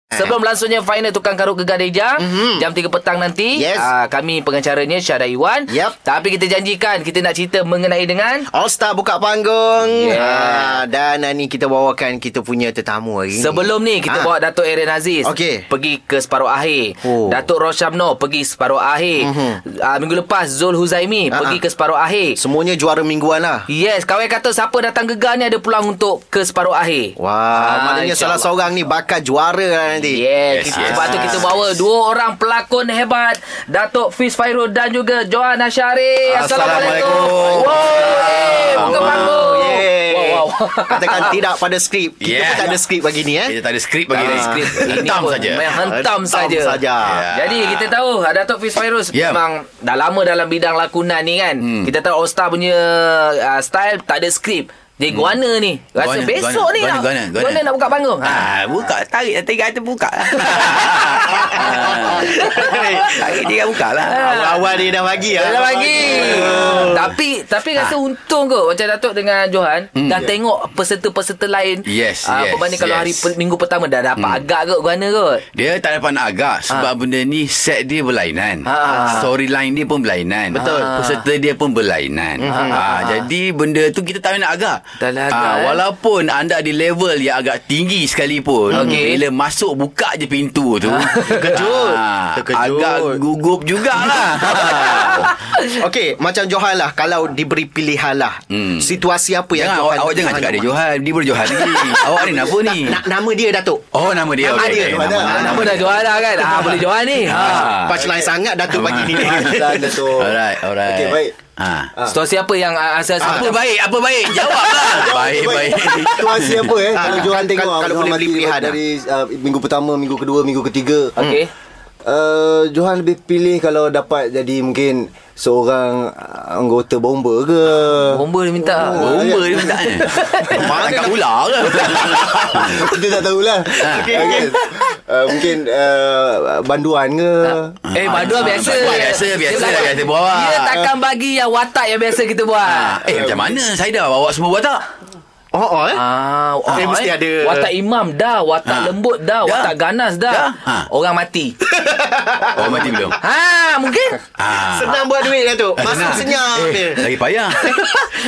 Speaker 3: Sebelum langsungnya final tukang karut gegar Deja mm-hmm. jam 3 petang nanti
Speaker 4: Mhm. Yes.
Speaker 3: ah, kami pengacaranya Syahda Iwan.
Speaker 4: Yep.
Speaker 3: Tapi kita janjikan kita nak cerita mengenai dengan
Speaker 4: All Star buka panggung
Speaker 3: Yeah.
Speaker 4: yeah. ha, Dan ah, ni kita bawakan Kita punya tetamu hari ni
Speaker 3: Sebelum ni kita
Speaker 4: Ah.
Speaker 3: bawa Datuk Aaron Aziz
Speaker 4: Okey.
Speaker 3: pergi ke separuh akhir.
Speaker 4: Oh.
Speaker 3: Datuk Roshamno pergi separuh akhir.
Speaker 4: Mhm.
Speaker 3: Ah, minggu lepas Zul Huzaimi
Speaker 4: Ah,
Speaker 3: pergi
Speaker 4: ah.
Speaker 3: ke separuh akhir.
Speaker 4: Semuanya juara mingguan lah
Speaker 3: Yes, kawan kata siapa datang gegar ni ada peluang untuk ke separuh akhir.
Speaker 4: Wah
Speaker 3: Ah,
Speaker 4: Maknanya salah
Speaker 3: insyaAllah.
Speaker 4: seorang ni Bakal juara lah nanti
Speaker 3: Yes, yes,
Speaker 2: Yes, yes.
Speaker 3: sebab tu kita bawa dua orang pelakon hebat Datuk Fiz Fairul dan juga Johan Asyari Assalamualaikum
Speaker 2: Assalamualaikum.
Speaker 3: Wow, eh, buka
Speaker 4: Oh,
Speaker 3: panggung
Speaker 4: Yeay.
Speaker 3: Wow, wow,
Speaker 4: Katakan tidak pada skrip
Speaker 2: Oh,
Speaker 4: Kita
Speaker 2: Yeah.
Speaker 4: pun tak ada skrip pagi ni eh
Speaker 2: Kita tak ada skrip bagi
Speaker 3: Ah,
Speaker 2: ah, skrip. Hentam
Speaker 3: pun
Speaker 2: saja.
Speaker 3: Main hentam saja.
Speaker 4: saja.
Speaker 3: Ya. Jadi kita tahu ah, Datuk Fiz Fairuz
Speaker 2: Ya.
Speaker 3: memang dah lama dalam bidang lakonan ni kan. Hmm. Kita tahu All Star punya uh, style tak ada skrip. Jadi guana ni. Rasa
Speaker 2: Hmm. Guana,
Speaker 3: besok
Speaker 2: guana,
Speaker 3: ni
Speaker 2: guana,
Speaker 3: nak
Speaker 2: guana, guana.
Speaker 3: nak buka panggung. Ha.
Speaker 2: Ah, buka tarik tiga tu buka lah.
Speaker 3: Ah.
Speaker 2: Tarik tiga buka lah.
Speaker 4: Awal-awal dia dah bagi lah
Speaker 3: Dah bagi. Tapi tapi rasa untung ke macam Datuk dengan Johan hmm. dah tengok peserta-peserta lain.
Speaker 2: Yes,
Speaker 3: Ah,
Speaker 2: yes,
Speaker 3: Berbanding kalau
Speaker 2: yes.
Speaker 3: hari pe- minggu pertama dah dapat hmm. agak kot guana kot.
Speaker 2: Dia tak dapat nak agak sebab benda ni set dia berlainan.
Speaker 3: Ha.
Speaker 2: Storyline dia pun berlainan. Betul. Peserta dia pun berlainan. Ha. Jadi benda tu kita tak boleh nak agak.
Speaker 3: Tak boleh agak,
Speaker 2: Ah,
Speaker 3: eh.
Speaker 2: walaupun anda di level yang agak tinggi sekalipun.
Speaker 3: Okey.
Speaker 2: Bila masuk buka je pintu tu. Terkejut.
Speaker 4: Terkejut.
Speaker 2: Agak gugup jugalah. Ah.
Speaker 4: Okey Macam Johan lah Kalau diberi pilihan lah
Speaker 2: Hmm.
Speaker 4: Situasi apa yang
Speaker 2: Jangan
Speaker 4: Johan
Speaker 2: awak, awak jangan cakap dia Johan. Dia baru Johan lagi. awak ni apa ni?
Speaker 4: nak, Nama dia Datuk
Speaker 2: Oh nama dia.
Speaker 4: Nama
Speaker 2: Okey,
Speaker 4: dia,
Speaker 2: okey,
Speaker 4: mana?
Speaker 2: nama-
Speaker 3: Nama dah Johan dah kan. Ah boleh Johan ni. Ha.
Speaker 2: Ah.
Speaker 4: Punchline sangat Datuk pagi ni
Speaker 5: Azan tu.
Speaker 2: Alright, alright.
Speaker 5: Okey, baik.
Speaker 2: Ha.
Speaker 3: Situasi apa yang ah, asal
Speaker 2: Apa
Speaker 3: apa
Speaker 2: baik? Apa baik? Jawablah. baik, baik.
Speaker 5: Situasi apa eh?
Speaker 4: Ah,
Speaker 5: Kalau
Speaker 4: ah.
Speaker 5: Johan tengok
Speaker 4: Kalau-
Speaker 5: ah,
Speaker 4: kalau
Speaker 5: Johan
Speaker 4: boleh
Speaker 5: mati
Speaker 4: beli pilihan lah. Hmm.
Speaker 5: dari ah, minggu pertama, minggu kedua, minggu ketiga.
Speaker 3: Okey.
Speaker 5: Uh, Johan lebih pilih kalau dapat jadi mungkin seorang ah, anggota bomba ke?
Speaker 3: Bomba dia minta.
Speaker 2: Bomba dia minta ni. Mana kat ular ke?
Speaker 5: Kita tak tahulah. okay, okay. Uh, mungkin uh, banduan ke?
Speaker 3: Eh, Badua biasa.
Speaker 2: Badua biasa, biasa lah kata bawa.
Speaker 3: Dia takkan bagi yang watak yang biasa kita buat.
Speaker 2: Eh macam mana saya dah bawa semua buat tak?
Speaker 4: Oh oh eh
Speaker 3: Ah, oh,
Speaker 4: Eh, mesti ada.
Speaker 3: Watak imam dah, watak
Speaker 2: Ha.
Speaker 3: lembut dah,
Speaker 2: Dah.
Speaker 3: watak ganas dah.
Speaker 2: Dah. Ha.
Speaker 3: Orang mati.
Speaker 2: Oh mati belum?
Speaker 3: ha, mungkin.
Speaker 2: Ah.
Speaker 4: Senang Eh. buat duit Datuk Masuk
Speaker 2: Senang.
Speaker 4: senyap dia
Speaker 2: Eh, Lagi payah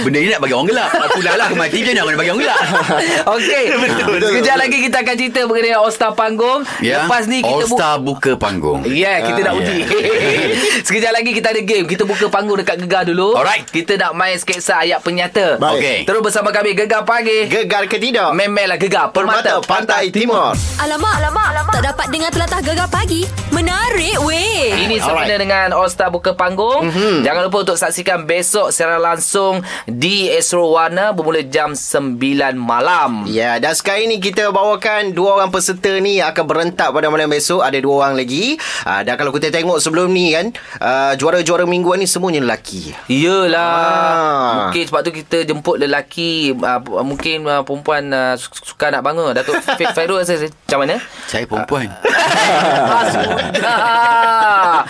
Speaker 2: Benda ni nak bagi orang gelap Pula lah aku mati je nak kena bagi orang gelap
Speaker 3: Okey. Sekejap lagi kita akan cerita mengenai All Star panggung.
Speaker 2: Ya.
Speaker 3: Lepas ni kita
Speaker 2: All
Speaker 3: bu-
Speaker 2: Star buka Eh, panggung
Speaker 3: Yeah, kita nak uji. Sekejap lagi kita ada game. Kita buka panggung dekat Gegar dulu.
Speaker 2: Alright.
Speaker 3: Kita nak main sketsa ayat penyata.
Speaker 5: Baik.
Speaker 2: Okey.
Speaker 3: Terus bersama kami Gegar Pagi.
Speaker 4: Gegar ke tidak
Speaker 3: Memelah Gegar Permata,
Speaker 4: Permata Pantai Timur
Speaker 1: Alamak, alamak, alamak. Tak dapat dengar telatah gegar pagi. Menarik weh.
Speaker 3: Ini sempena dengan All Star Buka Panggung. Mm-hmm. Jangan lupa untuk saksikan besok secara langsung di Astro Warna bermula jam 9 malam.
Speaker 4: Ya, dan sekarang ni kita bawakan dua orang peserta ni yang akan berentak pada malam besok. Ada dua orang lagi. Uh, dan kalau kita tengok sebelum ni kan, uh, juara-juara mingguan ni semuanya lelaki.
Speaker 3: Yelah
Speaker 4: Ah.
Speaker 3: Mungkin sebab tu kita jemput lelaki uh, uh, mungkin uh, perempuan uh, su- suka nak bangga. Datuk Fa- Fairul rasa rasa macam mana?
Speaker 2: Saya perempuan.
Speaker 3: Ah, sudah.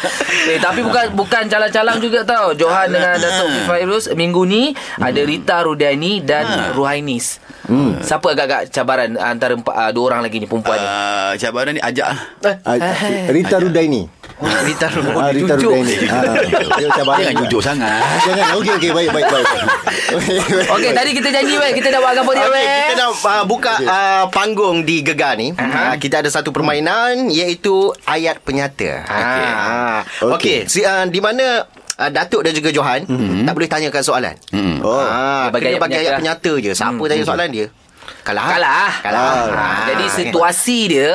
Speaker 3: eh, tapi bukan bukan calang-calang juga tau. Johan dengan
Speaker 5: Hmm.
Speaker 3: Datuk Fairuz minggu ni ada Rita Rudiani
Speaker 5: Hmm.
Speaker 3: dan Ruhainis. Siapa agak-agak cabaran antara empat, uh, dua orang lagi ni perempuan ni?
Speaker 2: Uh, cabaran ni ajak lah.
Speaker 5: Ah, Rita Rudaini.
Speaker 2: Rita
Speaker 3: Oh,
Speaker 5: Ah, Rita Rudaini. Ah, dia macam barang
Speaker 2: Jangan
Speaker 5: juga.
Speaker 2: jujur sangat.
Speaker 5: Jangan. Okey okey baik baik baik.
Speaker 3: Okey, tadi kita janji weh kita nak buat apa dia
Speaker 4: Okey,
Speaker 3: weh?
Speaker 4: kita dah uh, buka uh, panggung di Gegar ni. Uh-huh. Uh, kita ada satu permainan iaitu ayat penyata. Okey. Ah.
Speaker 5: Okey.
Speaker 4: Okey, si, uh, di mana uh, Datuk dan juga Johan mm-hmm. tak boleh tanyakan soalan. Mm.
Speaker 5: Oh.
Speaker 3: Dia bagi
Speaker 4: Ah, bagi kena
Speaker 3: ayat
Speaker 4: bagi ayat penyata je. Siapa mm. tanya soalan dia? Kalah.
Speaker 3: Kalah.
Speaker 4: Kalah. kan.
Speaker 3: Ah, Jadi
Speaker 4: okey.
Speaker 3: situasi dia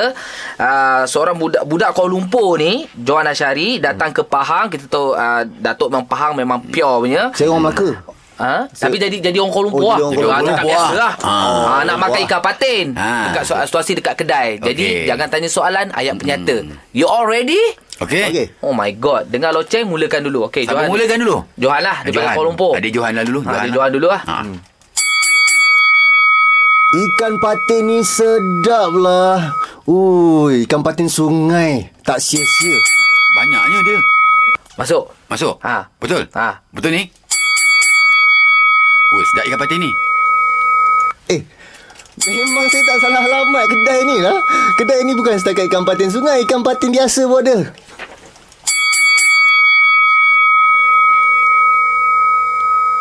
Speaker 3: uh, seorang budak budak Kuala Lumpur ni Johan Ashari datang ke Pahang kita tahu uh, Datuk memang Pahang memang pure punya.
Speaker 5: Saya orang Melaka.
Speaker 3: Ha? Tapi jadi jadi orang Kuala Lumpur
Speaker 5: Oh,
Speaker 3: lah.
Speaker 5: jadi orang Kuala
Speaker 3: Ah, tu tak
Speaker 5: Lumpur.
Speaker 3: biasa lah.
Speaker 2: Ah,
Speaker 3: Ah,
Speaker 2: Kuala
Speaker 3: nak makan ikan patin.
Speaker 2: Ah.
Speaker 3: Dekat su- situasi dekat kedai. Jadi
Speaker 2: Okey.
Speaker 3: jangan tanya soalan, ayat penyata. You all ready?
Speaker 2: Okey.
Speaker 5: Okey.
Speaker 3: Oh my god. Dengar loceng mulakan dulu. Okey,
Speaker 2: Siapa mulakan dulu?
Speaker 3: Johan lah daripada Kuala Lumpur.
Speaker 2: Ada Johan lah dulu.
Speaker 3: Ha, ada Johan dulu lah.
Speaker 2: Ha.
Speaker 5: Ikan patin ni sedap lah. Ui, ikan patin sungai. Tak sia-sia.
Speaker 2: Banyaknya dia.
Speaker 3: Masuk.
Speaker 2: Masuk?
Speaker 3: Ha.
Speaker 2: Betul?
Speaker 3: Ha.
Speaker 2: Betul ni? Oh, sedap ikan patin ni.
Speaker 5: Eh, memang saya tak salah alamat kedai ni lah. Kedai ni bukan setakat ikan patin sungai. Ikan patin biasa pun ada.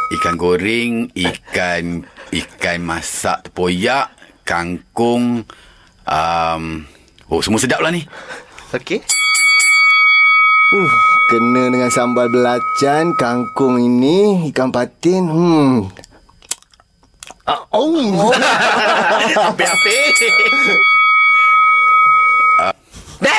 Speaker 2: Ikan goreng, ikan ikan masak tepoyak, kangkung, um, oh semua sedap lah ni.
Speaker 4: Okey.
Speaker 5: Uh, kena dengan sambal belacan, kangkung ini, ikan patin. Hmm. Ah, oh.
Speaker 3: Hampir-hampir.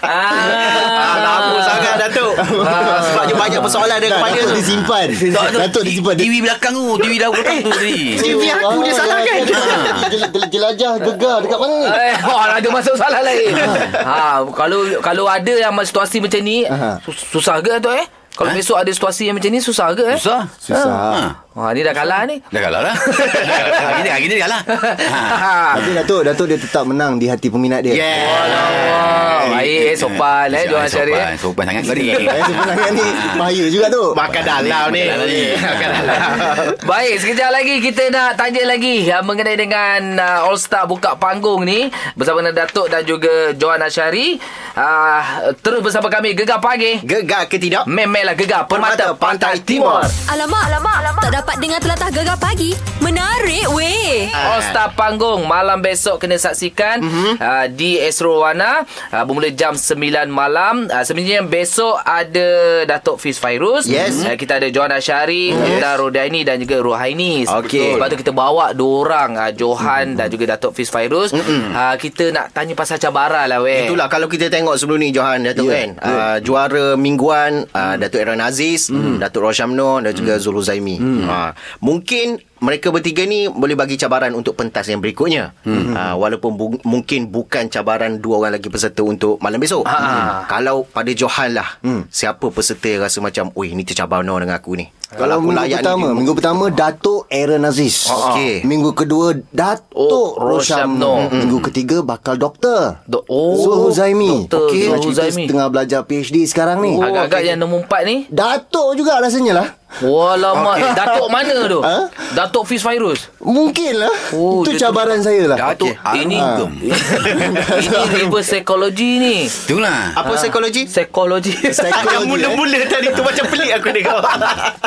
Speaker 4: Ah, lama sangat Datuk. Ah, sebabnya banyak persoalan ada
Speaker 5: Dah,
Speaker 4: kepada
Speaker 5: Datuk
Speaker 4: tu.
Speaker 5: disimpan. Datuk disimpan. Dia-
Speaker 2: TV belakang tu, TV dah belakang tu tadi.
Speaker 4: TV aku dia salah kan?
Speaker 5: kan? Jelajah gegar dekat mana ni?
Speaker 3: Eh, oh, ada masuk salah lain. ha, kalau Ha, kalau ada yang situasi macam ni,
Speaker 5: Aha.
Speaker 3: sus- susah ke tu eh? Kalau besok ada situasi yang macam ni susah ke eh?
Speaker 2: Susah.
Speaker 5: Susah.
Speaker 2: Ha.
Speaker 3: Wah, ni dah kalah ni.
Speaker 2: Dah kalah lah. Dah kalah. Hari ni, hari ni dah kalah. Ha.
Speaker 3: Ha.
Speaker 5: Tapi Datuk, Datuk dia tetap menang di hati peminat
Speaker 4: Ah.
Speaker 5: dia.
Speaker 4: Yeah.
Speaker 3: Wah, baik eh, sopan eh Johan Syari.
Speaker 2: Sopan, sopan sangat tadi.
Speaker 5: Eh, sebenarnya ni bahaya juga tu.
Speaker 4: Makan dalam ni.
Speaker 2: Makan dalam ni.
Speaker 4: Makan dalam.
Speaker 3: Baik, sekejap lagi kita nak tanya lagi uh, mengenai dengan uh, All Star buka panggung ni bersama dengan Datuk dan juga Johan Asyari. Uh, terus bersama kami Gegar Pagi.
Speaker 4: Gegar ke tidak?
Speaker 3: Memelah Gegar Permata Pantai Timur.
Speaker 4: Timur.
Speaker 1: Alamak, alamak, alamak. Tak dapat dengar telatah gegar pagi. Menarik weh.
Speaker 3: All Star Panggung malam besok kena saksikan mm-hmm. uh, di Esrowana uh, bermula jam 9 malam. Uh, sebenarnya besok ada Datuk Fiz Fairuz.
Speaker 4: Yes.
Speaker 3: Uh, kita ada Johan Asyari, yes. Rita Rodaini dan juga Ruhaini.
Speaker 4: Okey.
Speaker 3: Lepas tu kita bawa dua orang uh, Johan mm-hmm. dan juga Datuk Fiz Fairuz. Mm-hmm. Uh, kita nak tanya pasal cabaran lah weh.
Speaker 4: Itulah kalau kita tengok sebelum ni Johan Datuk yeah, kan yeah. Uh, juara mingguan uh, Datuk Aaron Aziz mm. Datuk Roshamno dan juga mm. Zul Huzaimi mm. uh, mungkin mereka bertiga ni boleh bagi cabaran untuk pentas yang berikutnya mm. uh, walaupun bu- mungkin bukan cabaran dua orang lagi peserta untuk malam besok
Speaker 3: Ah.
Speaker 4: mm. kalau pada Johan lah mm. siapa peserta yang rasa macam oi ni tercabar no dengan aku ni
Speaker 5: Kalau
Speaker 4: aku
Speaker 5: minggu
Speaker 4: layak ni,
Speaker 5: pertama,
Speaker 4: dia-
Speaker 5: minggu pertama Datuk Aaron Aziz.
Speaker 4: Okey.
Speaker 5: Minggu kedua Datuk
Speaker 3: Oh,
Speaker 5: oh,
Speaker 3: Rosyamno.
Speaker 5: Rosyamno. Minggu ketiga bakal doktor.
Speaker 3: Do- oh,
Speaker 5: Zul Huzaimi.
Speaker 3: doktor
Speaker 5: Okey,
Speaker 3: Zul
Speaker 5: nak cerita
Speaker 3: Huzaimi.
Speaker 5: Setengah belajar PhD sekarang ni.
Speaker 3: Oh, Agak-agak yang nombor empat ni
Speaker 5: Datuk juga rasanya lah.
Speaker 3: Walamak okay.
Speaker 5: Okey.
Speaker 3: Datuk mana tu
Speaker 5: Ha?
Speaker 3: Datuk Fiz Fairuz
Speaker 5: Mungkin lah.
Speaker 3: Oh,
Speaker 5: Oh, Itu
Speaker 3: dia
Speaker 5: cabaran saya lah.
Speaker 2: Datuk
Speaker 3: Okey. Ini-
Speaker 2: Arugem.
Speaker 3: Ini reverse psychology ni
Speaker 2: Itulah.
Speaker 4: apa psikologi
Speaker 3: Psychology
Speaker 4: yang
Speaker 5: Psikologi, eh.
Speaker 4: Ah, mula-mula tadi tu macam pelik aku dengar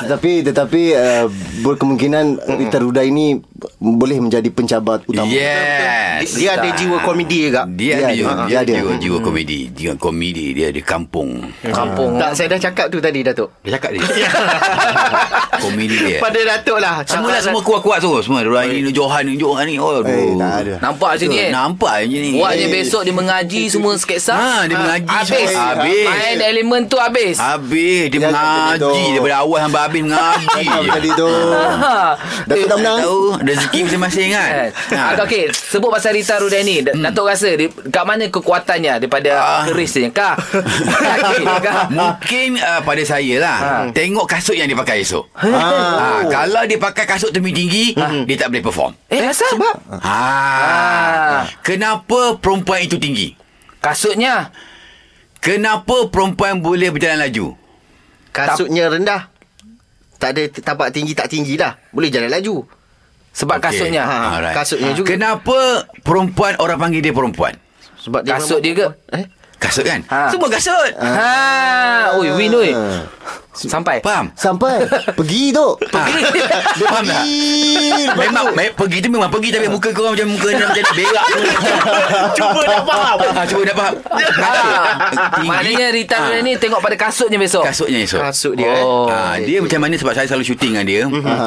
Speaker 5: Tetapi tetapi uh, berkemungkinan Rita Ruda ini boleh menjadi pencabar utama.
Speaker 2: Yes.
Speaker 4: dia ada jiwa komedi juga
Speaker 2: Dia,
Speaker 5: Dia
Speaker 2: ada
Speaker 5: ada,
Speaker 2: jiwa,
Speaker 5: ha,
Speaker 2: dia
Speaker 5: dia
Speaker 2: ada
Speaker 5: ada.
Speaker 2: jiwa, jiwa komedi. Jiwa komedi dia di kampung.
Speaker 3: Kampung
Speaker 4: tak saya dah cakap tu tadi Datuk
Speaker 2: Dia cakap dia. komedi dia.
Speaker 4: Pada Datuk lah
Speaker 2: Semualah semua kuat-kuat tu semua. orang ini ni Johan ni Johan ni. Oh,
Speaker 5: Eh, tak ada.
Speaker 3: Nampak macam ni eh?
Speaker 2: Nampak je ni.
Speaker 3: Buat je besok dia mengaji semua sketsa.
Speaker 2: Ha, dia mengaji
Speaker 3: habis.
Speaker 2: semua. Habis. Ha.
Speaker 3: Main elemen tu habis.
Speaker 2: Habis dia
Speaker 5: Jangan macam
Speaker 2: mengaji
Speaker 5: tu.
Speaker 2: daripada awal sampai habis mengaji.
Speaker 5: Cakap
Speaker 2: je.
Speaker 5: tadi tu.
Speaker 3: Ha.
Speaker 5: Datuk tak menang.
Speaker 2: Tahu rezeki masing-masing kan. Ha.
Speaker 3: Ha. Okey, sebut pasal Rita Rudaini. Hmm. Datuk rasa di, kat mana kekuatannya daripada
Speaker 2: Ah.
Speaker 3: ah. kerisnya kah? Sakit kah?
Speaker 2: Mungkin uh, pada saya lah Tengok kasut yang dia pakai esok ha,
Speaker 5: Ah.
Speaker 2: Kalau dia pakai kasut tebing tinggi Dia tak boleh perform
Speaker 3: Eh, asal? Sebab?
Speaker 2: ha. Ah.
Speaker 3: Ah.
Speaker 2: Kenapa perempuan itu tinggi?
Speaker 3: Kasutnya.
Speaker 2: Kenapa perempuan boleh berjalan laju?
Speaker 4: Kasutnya rendah. Tak ada t- tapak tinggi tak tinggi dah. Boleh jalan laju.
Speaker 3: Sebab
Speaker 2: Okey.
Speaker 3: okay. kasutnya. Ha.
Speaker 4: Ah. kasutnya juga.
Speaker 2: Kenapa perempuan orang panggil dia perempuan?
Speaker 4: Sebab dia
Speaker 3: Kasut dia ke?
Speaker 4: Eh?
Speaker 2: Kasut kan?
Speaker 3: Ha.
Speaker 2: Semua kasut.
Speaker 3: Ha. Oi, win oi. Sampai.
Speaker 2: Faham?
Speaker 5: Sampai Pergi tu
Speaker 2: Pergi.
Speaker 5: Dia
Speaker 2: Faham tak?
Speaker 5: pergi
Speaker 2: Memang me, pergi tu memang pergi tapi muka kau macam muka macam jadi berak. cuba nak faham. Ha, cuba nak faham.
Speaker 3: Ha.
Speaker 2: Tinggi.
Speaker 3: Ah. Maknanya Rita
Speaker 2: Ah,
Speaker 3: ha. ni tengok pada kasutnya besok.
Speaker 2: kasutnya esok.
Speaker 4: Kasut dia.
Speaker 3: Oh.
Speaker 4: Oh. Eh?
Speaker 2: Ha, dia macam mana sebab saya selalu syuting dengan dia.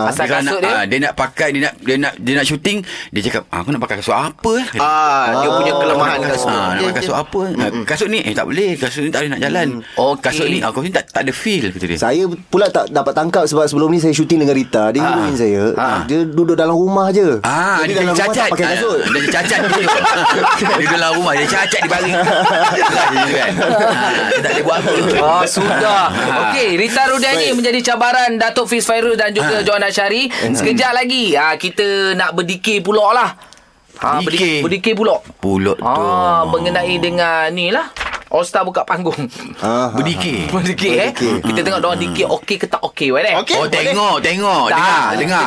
Speaker 3: Asal
Speaker 2: kalau
Speaker 3: kasut
Speaker 2: nak,
Speaker 3: dia?
Speaker 2: ah, dia nak pakai dia nak dia nak dia nak syuting, dia cakap, ah, "Aku nak pakai kasut apa?" eh?"
Speaker 4: Ah, dia punya kelemahan
Speaker 2: Nak
Speaker 4: kasut.
Speaker 2: kasut, ha, nak
Speaker 4: Dia-
Speaker 2: pakai kasut
Speaker 4: dia-
Speaker 2: apa? Nak- Kasut ni eh tak boleh, kasut ni tak boleh nak jalan. Oh, kasut ni aku ni tak tak ada feel kata dia.
Speaker 5: Saya pula tak dapat tangkap sebab sebelum ni saya syuting dengan Rita. Dia hidupin saya. Dia duduk dalam rumah je.
Speaker 2: Ah, dia,
Speaker 5: Jadi dalam
Speaker 2: dia
Speaker 5: rumah
Speaker 2: cacat.
Speaker 5: tak pakai
Speaker 2: Ah,
Speaker 5: kasut.
Speaker 2: Dia cacat gitu. dia dalam rumah dia cacat di baring. Gitu kan. Ah, Dia tak boleh buat apa.
Speaker 3: Ah sudah. Okey, Rita Rudani menjadi cabaran Datuk Fiz Fairul dan juga Johan Asyari. Sekejap lagi ah kita nak berdikir pula lah. Ha,
Speaker 2: Berdikir.
Speaker 3: berdikir. berdikir pula.
Speaker 2: Pulut tu.
Speaker 3: Ah, mengenai dengan ni lah. All Star buka panggung.
Speaker 5: Ah, ah.
Speaker 3: Ha.
Speaker 2: Berdikir.
Speaker 3: Berdikir eh. Kita tengok dia orang dikir okey ke tak okey wei deh.
Speaker 2: Oh, tengok, tengok. Dengar, dengar.
Speaker 3: Dengar, dengar,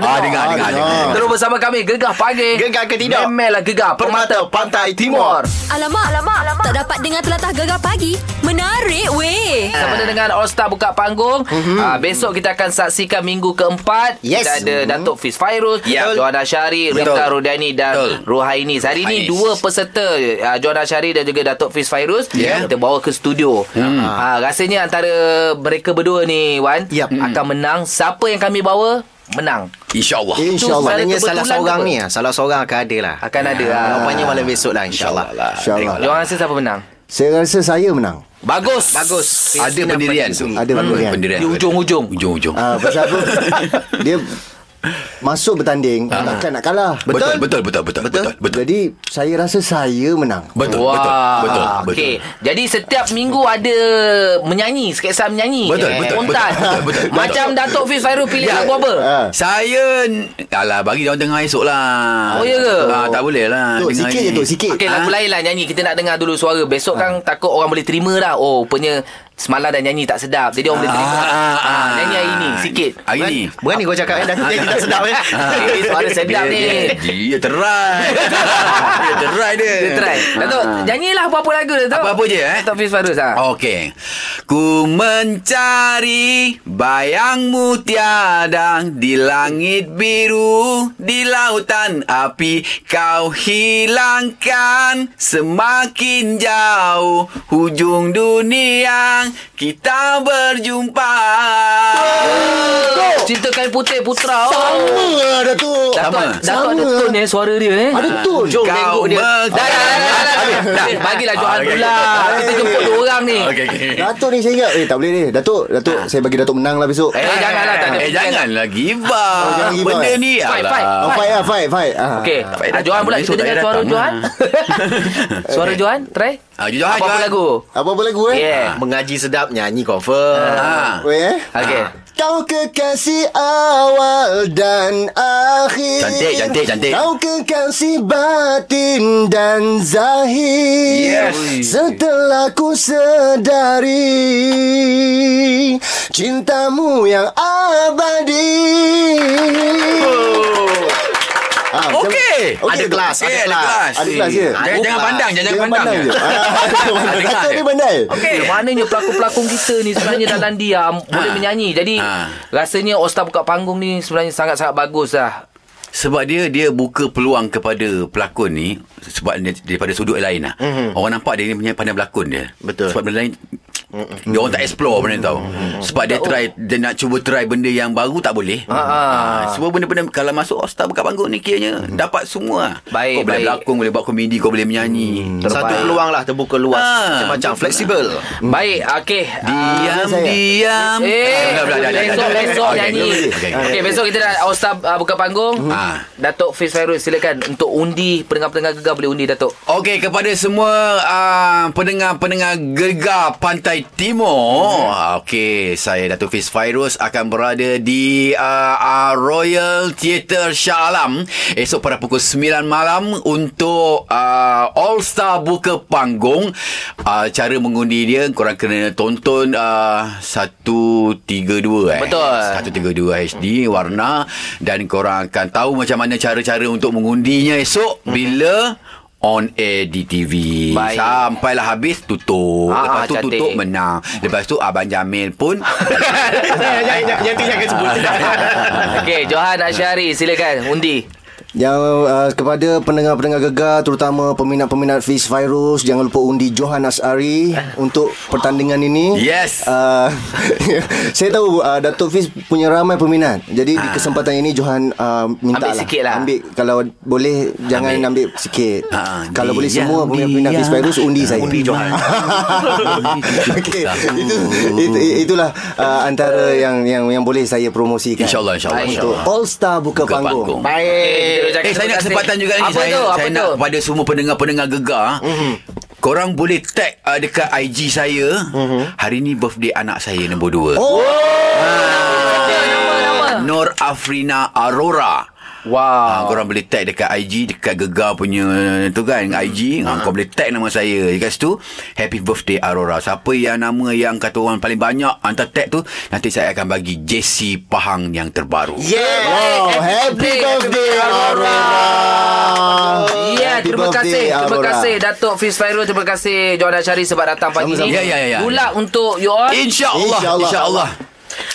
Speaker 2: Ah, dengar, dengar, dengar.
Speaker 3: Terus bersama kami Gegah Pagi.
Speaker 4: Gegar ke tidak?
Speaker 3: Memelah Gegah Permata Pantai Timur.
Speaker 1: Alamak, alamak, alamak. Tak dapat dengar telatah gegar pagi. Menarik weh.
Speaker 3: Sama
Speaker 2: Ah.
Speaker 3: ada dengan All Star buka panggung.
Speaker 2: Mhm.
Speaker 3: Mm-hmm. Uh, besok kita akan saksikan minggu keempat.
Speaker 4: Yes.
Speaker 3: Kita ada
Speaker 4: Mhm.
Speaker 3: Datuk Fiz Fairuz,
Speaker 2: Ya.
Speaker 3: yeah. Johan Asyari,
Speaker 2: Betul.
Speaker 3: Rita Rudani dan
Speaker 2: Betul.
Speaker 3: Betul. Ruhaini. Hari ini
Speaker 2: Ruhaini.
Speaker 3: dua peserta uh, Johan Asyari dan juga Datuk Fiz Fairuz
Speaker 2: Ya. Hmm.
Speaker 3: kita bawa ke studio. Mm. Uh, rasanya antara mereka berdua ni Wan
Speaker 4: Yap.
Speaker 3: akan menang. Siapa yang kami bawa menang.
Speaker 2: InsyaAllah.
Speaker 5: InsyaAllah.
Speaker 4: Maknanya
Speaker 3: Kebetulan
Speaker 4: salah
Speaker 3: ke
Speaker 4: seorang
Speaker 3: apa?
Speaker 4: ni ah, Salah seorang akan ada lah
Speaker 3: Akan ada, ah.
Speaker 4: Rupanya malam besok lah InsyaAllah
Speaker 5: InsyaAllah.
Speaker 3: Johan rasa siapa menang?
Speaker 5: Saya rasa saya menang.
Speaker 3: Bagus.
Speaker 4: Bagus.
Speaker 2: Ada pendirian tu.
Speaker 5: Ada pendirian.
Speaker 2: pendirian.
Speaker 3: Di ujung-ujung.
Speaker 2: Ujung-ujung.
Speaker 5: Ah, pasal apa? dia masuk bertanding
Speaker 3: Ah.
Speaker 5: takkan nak kalah.
Speaker 2: Betul, betul, betul, betul, betul, betul.
Speaker 5: Jadi saya rasa saya menang.
Speaker 2: Betul,
Speaker 3: Wah.
Speaker 2: betul, betul, betul.
Speaker 3: Okey. Jadi setiap minggu ada menyanyi, sketsa menyanyi.
Speaker 2: Betul, betul,
Speaker 3: Spontan.
Speaker 2: betul, betul, betul, betul.
Speaker 3: Macam Datuk Fiz Fairul pilih
Speaker 2: Ya.
Speaker 3: lagu apa?
Speaker 5: Ah.
Speaker 2: Saya Alah bagi dia orang tengah esok lah
Speaker 3: Oh, ya ke?
Speaker 2: ah, Tak boleh lah
Speaker 5: Tok
Speaker 2: dengar
Speaker 5: sikit je
Speaker 2: ni.
Speaker 5: tok sikit.
Speaker 3: Okey, lagu lain lah nyanyi. Kita nak dengar dulu suara. Besok
Speaker 2: Ah.
Speaker 3: kan takut orang boleh terima dah. Oh, rupanya semalam dah nyanyi tak sedap. Jadi orang boleh terima.
Speaker 2: Ah, ah,
Speaker 3: Ah,
Speaker 2: ah.
Speaker 3: nyanyi hari ni sikit.
Speaker 2: Hari ni
Speaker 4: Berani kau cakap eh, Dah dia tak sedap eh
Speaker 3: Eh, suara sedap ni.
Speaker 2: Ah, Dia, dia try Dia try dia Ah.
Speaker 3: Kita try. Datuk,
Speaker 4: Ah.
Speaker 3: nyanyilah apa-apa lagu, Datuk.
Speaker 2: Apa-apa je, eh?
Speaker 3: Datuk Fiz Fairul. Ha.
Speaker 2: Okey. Ku mencari bayangmu tiada di langit biru, di lautan api kau hilangkan semakin jauh hujung dunia kita berjumpa.
Speaker 3: Cinta kain putih putra. Oh.
Speaker 5: Sama lah Datuk.
Speaker 3: Datuk, Datuk ada
Speaker 2: Sama.
Speaker 5: Sama.
Speaker 3: tone eh suara dia eh.
Speaker 5: Ada tun.
Speaker 3: Jom
Speaker 2: Kau
Speaker 3: tengok dia. Dah,
Speaker 2: ber-
Speaker 3: dah, dah, dah, dah, dah. dah. Bagilah Johan
Speaker 2: Ah, okey,
Speaker 3: pula.
Speaker 2: okey.
Speaker 3: Kita jemput dua orang ni.
Speaker 2: Okey okey.
Speaker 5: Datuk ni saya ingat Eh tak boleh ni Datuk Datuk saya bagi Datuk menang lah besok
Speaker 3: Ah. Eh, janganlah, tak ada
Speaker 2: Eh
Speaker 3: fikiran.
Speaker 2: janganlah give up.
Speaker 5: Oh, jangan give
Speaker 2: Benda
Speaker 5: up, eh.
Speaker 2: ni
Speaker 3: Fight,
Speaker 2: alah.
Speaker 3: fight.
Speaker 5: Oh, fight lah fight, fight. Ah.
Speaker 3: Okey.
Speaker 2: Tak payah
Speaker 3: Ah, Johan
Speaker 2: datang.
Speaker 3: pula kita
Speaker 2: Esok tak
Speaker 3: dengar
Speaker 2: payah
Speaker 3: suara
Speaker 2: datang.
Speaker 3: Johan. Suara Johan, try.
Speaker 2: Ah, Johan,
Speaker 3: Apa-apa
Speaker 2: Johan.
Speaker 3: lagu?
Speaker 5: Apa-apa lagu eh
Speaker 3: Yeah.
Speaker 4: Mengaji sedap Nyanyi confirm
Speaker 2: Ah.
Speaker 5: Weh eh
Speaker 3: Okey.
Speaker 5: Kau kekasih awal dan akhir
Speaker 2: Cantik, cantik, cantik.
Speaker 5: Kau kekasih batin dan zahir
Speaker 2: Yes.
Speaker 5: Setelah ku sedari Cintamu yang abadi Ah, macam-
Speaker 2: Okey.
Speaker 4: Ada
Speaker 5: Okey tu.
Speaker 4: gelas
Speaker 2: Eh, ada
Speaker 4: Ada gelas
Speaker 2: kelas.
Speaker 5: Ada ya? kelas je.
Speaker 2: Jangan, jangan
Speaker 5: Ah,
Speaker 2: pandang, jangan, jangan pandang.
Speaker 5: je. ya? Ah,
Speaker 2: Ada ya?
Speaker 5: Datuk
Speaker 2: kelas.
Speaker 5: ni pandai
Speaker 3: Okey. Maknanya pelakon-pelakon kita ni sebenarnya dalam diam boleh menyanyi. Jadi
Speaker 2: Ha.
Speaker 3: rasanya Osta buka panggung ni sebenarnya sangat-sangat bagus lah.
Speaker 2: Sebab dia dia buka peluang kepada pelakon
Speaker 3: Mhm.
Speaker 2: ni sebab dia, daripada sudut lain lah. Mm-hmm. Orang nampak dia ni punya pandai berlakon dia.
Speaker 4: Betul.
Speaker 2: Sebab benda lain Dia orang tak explore benda tu tau Sebab
Speaker 3: Oh.
Speaker 2: dia try Dia nak cuba try benda yang baru tak boleh ha, Semua benda-benda Kalau masuk oh, star buka panggung ni Kiranya dapat
Speaker 3: Mm.
Speaker 2: semua lah.
Speaker 3: Baik,
Speaker 2: Kau
Speaker 3: baik.
Speaker 2: boleh
Speaker 3: Mm.
Speaker 2: berlakon Boleh buat komedi Kau boleh menyanyi
Speaker 3: Terbaik.
Speaker 4: Satu peluang lah terbuka luas
Speaker 2: Ah,
Speaker 4: Macam-macam
Speaker 2: betul.
Speaker 4: fleksibel
Speaker 2: Hmm.
Speaker 3: Baik, okey. Ah,
Speaker 2: Diam
Speaker 5: saya.
Speaker 2: Diam
Speaker 3: Eh,
Speaker 2: Ah, dah, dah, dah,
Speaker 3: besok
Speaker 2: dah, dah.
Speaker 3: besok
Speaker 2: Okey,
Speaker 3: nyanyi. Ah.
Speaker 2: okey,
Speaker 3: Okey,
Speaker 2: okey, okey.
Speaker 3: besok kita dah All Star uh, buka panggung.
Speaker 2: Ah.
Speaker 3: Datuk Fiz Fairuz silakan untuk undi pendengar-pendengar gegar boleh undi Datuk.
Speaker 2: Okey kepada semua uh, pendengar-pendengar gegar Pantai Timur. Hmm. Okey, saya Datuk Fiz Fairuz akan berada di uh, uh, Royal Theatre Shah Alam esok pada pukul 9 malam untuk uh, All Star buka panggung. Uh, cara mengundi dia korang kena tonton uh, 132 eh.
Speaker 3: Betul.
Speaker 2: 132 HD warna dan korang akan tahu macam mana cara-cara untuk mengundinya esok
Speaker 8: Mhm.
Speaker 2: bila on air di TV.
Speaker 3: Baik.
Speaker 2: Sampailah habis tutup.
Speaker 3: Ah,
Speaker 2: Lepas
Speaker 3: ah,
Speaker 2: tu
Speaker 3: cantik.
Speaker 2: tutup menang.
Speaker 8: Mhm.
Speaker 2: Lepas tu Abang Jamil pun
Speaker 8: Yang tu jangan sebut
Speaker 3: Okey, Johan Asyari silakan undi.
Speaker 5: Yang uh, kepada pendengar-pendengar gegar terutama peminat-peminat Fiz Virus jangan lupa undi Johan Asari untuk pertandingan ini.
Speaker 2: Yes.
Speaker 5: Uh, saya tahu uh, Datuk Fiz punya ramai peminat. Jadi di kesempatan ini Johan uh, minta
Speaker 3: Ambil sikit lah.
Speaker 5: Ambil kalau boleh jangan ambil, sikit.
Speaker 2: Ah,
Speaker 5: kalau
Speaker 2: diam,
Speaker 5: boleh semua peminat-peminat Fiz
Speaker 2: diam.
Speaker 5: Virus undi saya.
Speaker 4: Undi Johan
Speaker 5: Okey. Itu, itu itulah uh, antara yang yang yang boleh saya promosikan.
Speaker 2: InsyaAllah, insyaAllah,
Speaker 5: Untuk
Speaker 2: insyaAllah.
Speaker 5: All Star buka,
Speaker 2: Buka panggung.
Speaker 5: panggung.
Speaker 3: Okey, kita ucapkan terima
Speaker 2: Eh saya nak
Speaker 3: kasih.
Speaker 2: kesempatan juga ni
Speaker 3: Apa
Speaker 2: saya
Speaker 3: tu?
Speaker 2: saya
Speaker 3: Apa
Speaker 2: nak
Speaker 3: tu? Mhm.
Speaker 2: pada semua pendengar-pendengar gegar. Korang boleh tag uh, dekat IG saya.
Speaker 3: Mhm.
Speaker 2: Hari ni birthday anak saya nombor 2.
Speaker 5: Oh.
Speaker 2: Nur Afrina Aurora. Wow. Ha, korang boleh tag dekat IG Dekat Gegar punya Tu kan
Speaker 3: Mhm.
Speaker 2: IG ha, Kau boleh tag nama saya Dekat situ Happy birthday Aurora Siapa yang nama Yang kata orang paling banyak Hantar tag tu Nanti saya akan bagi JC Pahang yang terbaru
Speaker 5: Yeah. Wow, happy birthday Aurora.
Speaker 3: Ya,
Speaker 5: Happy
Speaker 3: terima
Speaker 5: birthday,
Speaker 3: kasih. Terima
Speaker 5: Aurora.
Speaker 3: kasih Datuk Fiz Fairul, terima kasih Johan Asyari sebab datang pagi
Speaker 5: Sama-sama.
Speaker 3: ni.
Speaker 2: Ya, ya, ya. Eh,
Speaker 3: Gula untuk you all.
Speaker 2: InsyaAllah
Speaker 5: InsyaAllah.
Speaker 2: InsyaAllah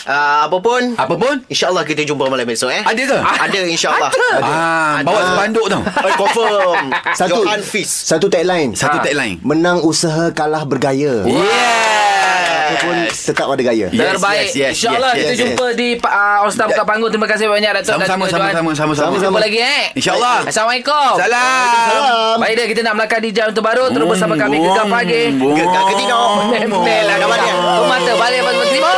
Speaker 4: Ah, Apa pun
Speaker 2: Apa pun
Speaker 4: InsyaAllah kita jumpa malam esok eh
Speaker 2: Ada ke?
Speaker 4: Ada insyaAllah
Speaker 2: Ah, bawa spanduk tau
Speaker 4: Eh, Confirm
Speaker 5: Satu
Speaker 4: Johan Fizz
Speaker 5: Satu tagline.
Speaker 2: Satu tagline
Speaker 5: Menang usaha kalah bergaya. Ataupun
Speaker 2: Yes
Speaker 5: tetap ada gaya.
Speaker 2: Yes,
Speaker 3: Terbaik.
Speaker 2: yes, yes,
Speaker 3: InsyaAllah
Speaker 2: yes,
Speaker 3: kita
Speaker 2: yes, Ya.
Speaker 3: jumpa di uh, All Star Buka Panggung. Terima kasih banyak Datuk dan
Speaker 2: Sama-sama
Speaker 3: juga Johan.
Speaker 2: Sama-sama Sama-sama
Speaker 3: Kita Jumpa lagi eh.
Speaker 2: InsyaAllah.
Speaker 3: Assalamualaikum.
Speaker 2: Salam
Speaker 3: Baik dah kita nak melakar di jam terbaru terus bersama kami gegar pagi.
Speaker 2: Gegar
Speaker 4: ketidok.
Speaker 3: Memel lah kawan dia. Mata balik Oh! pas timur.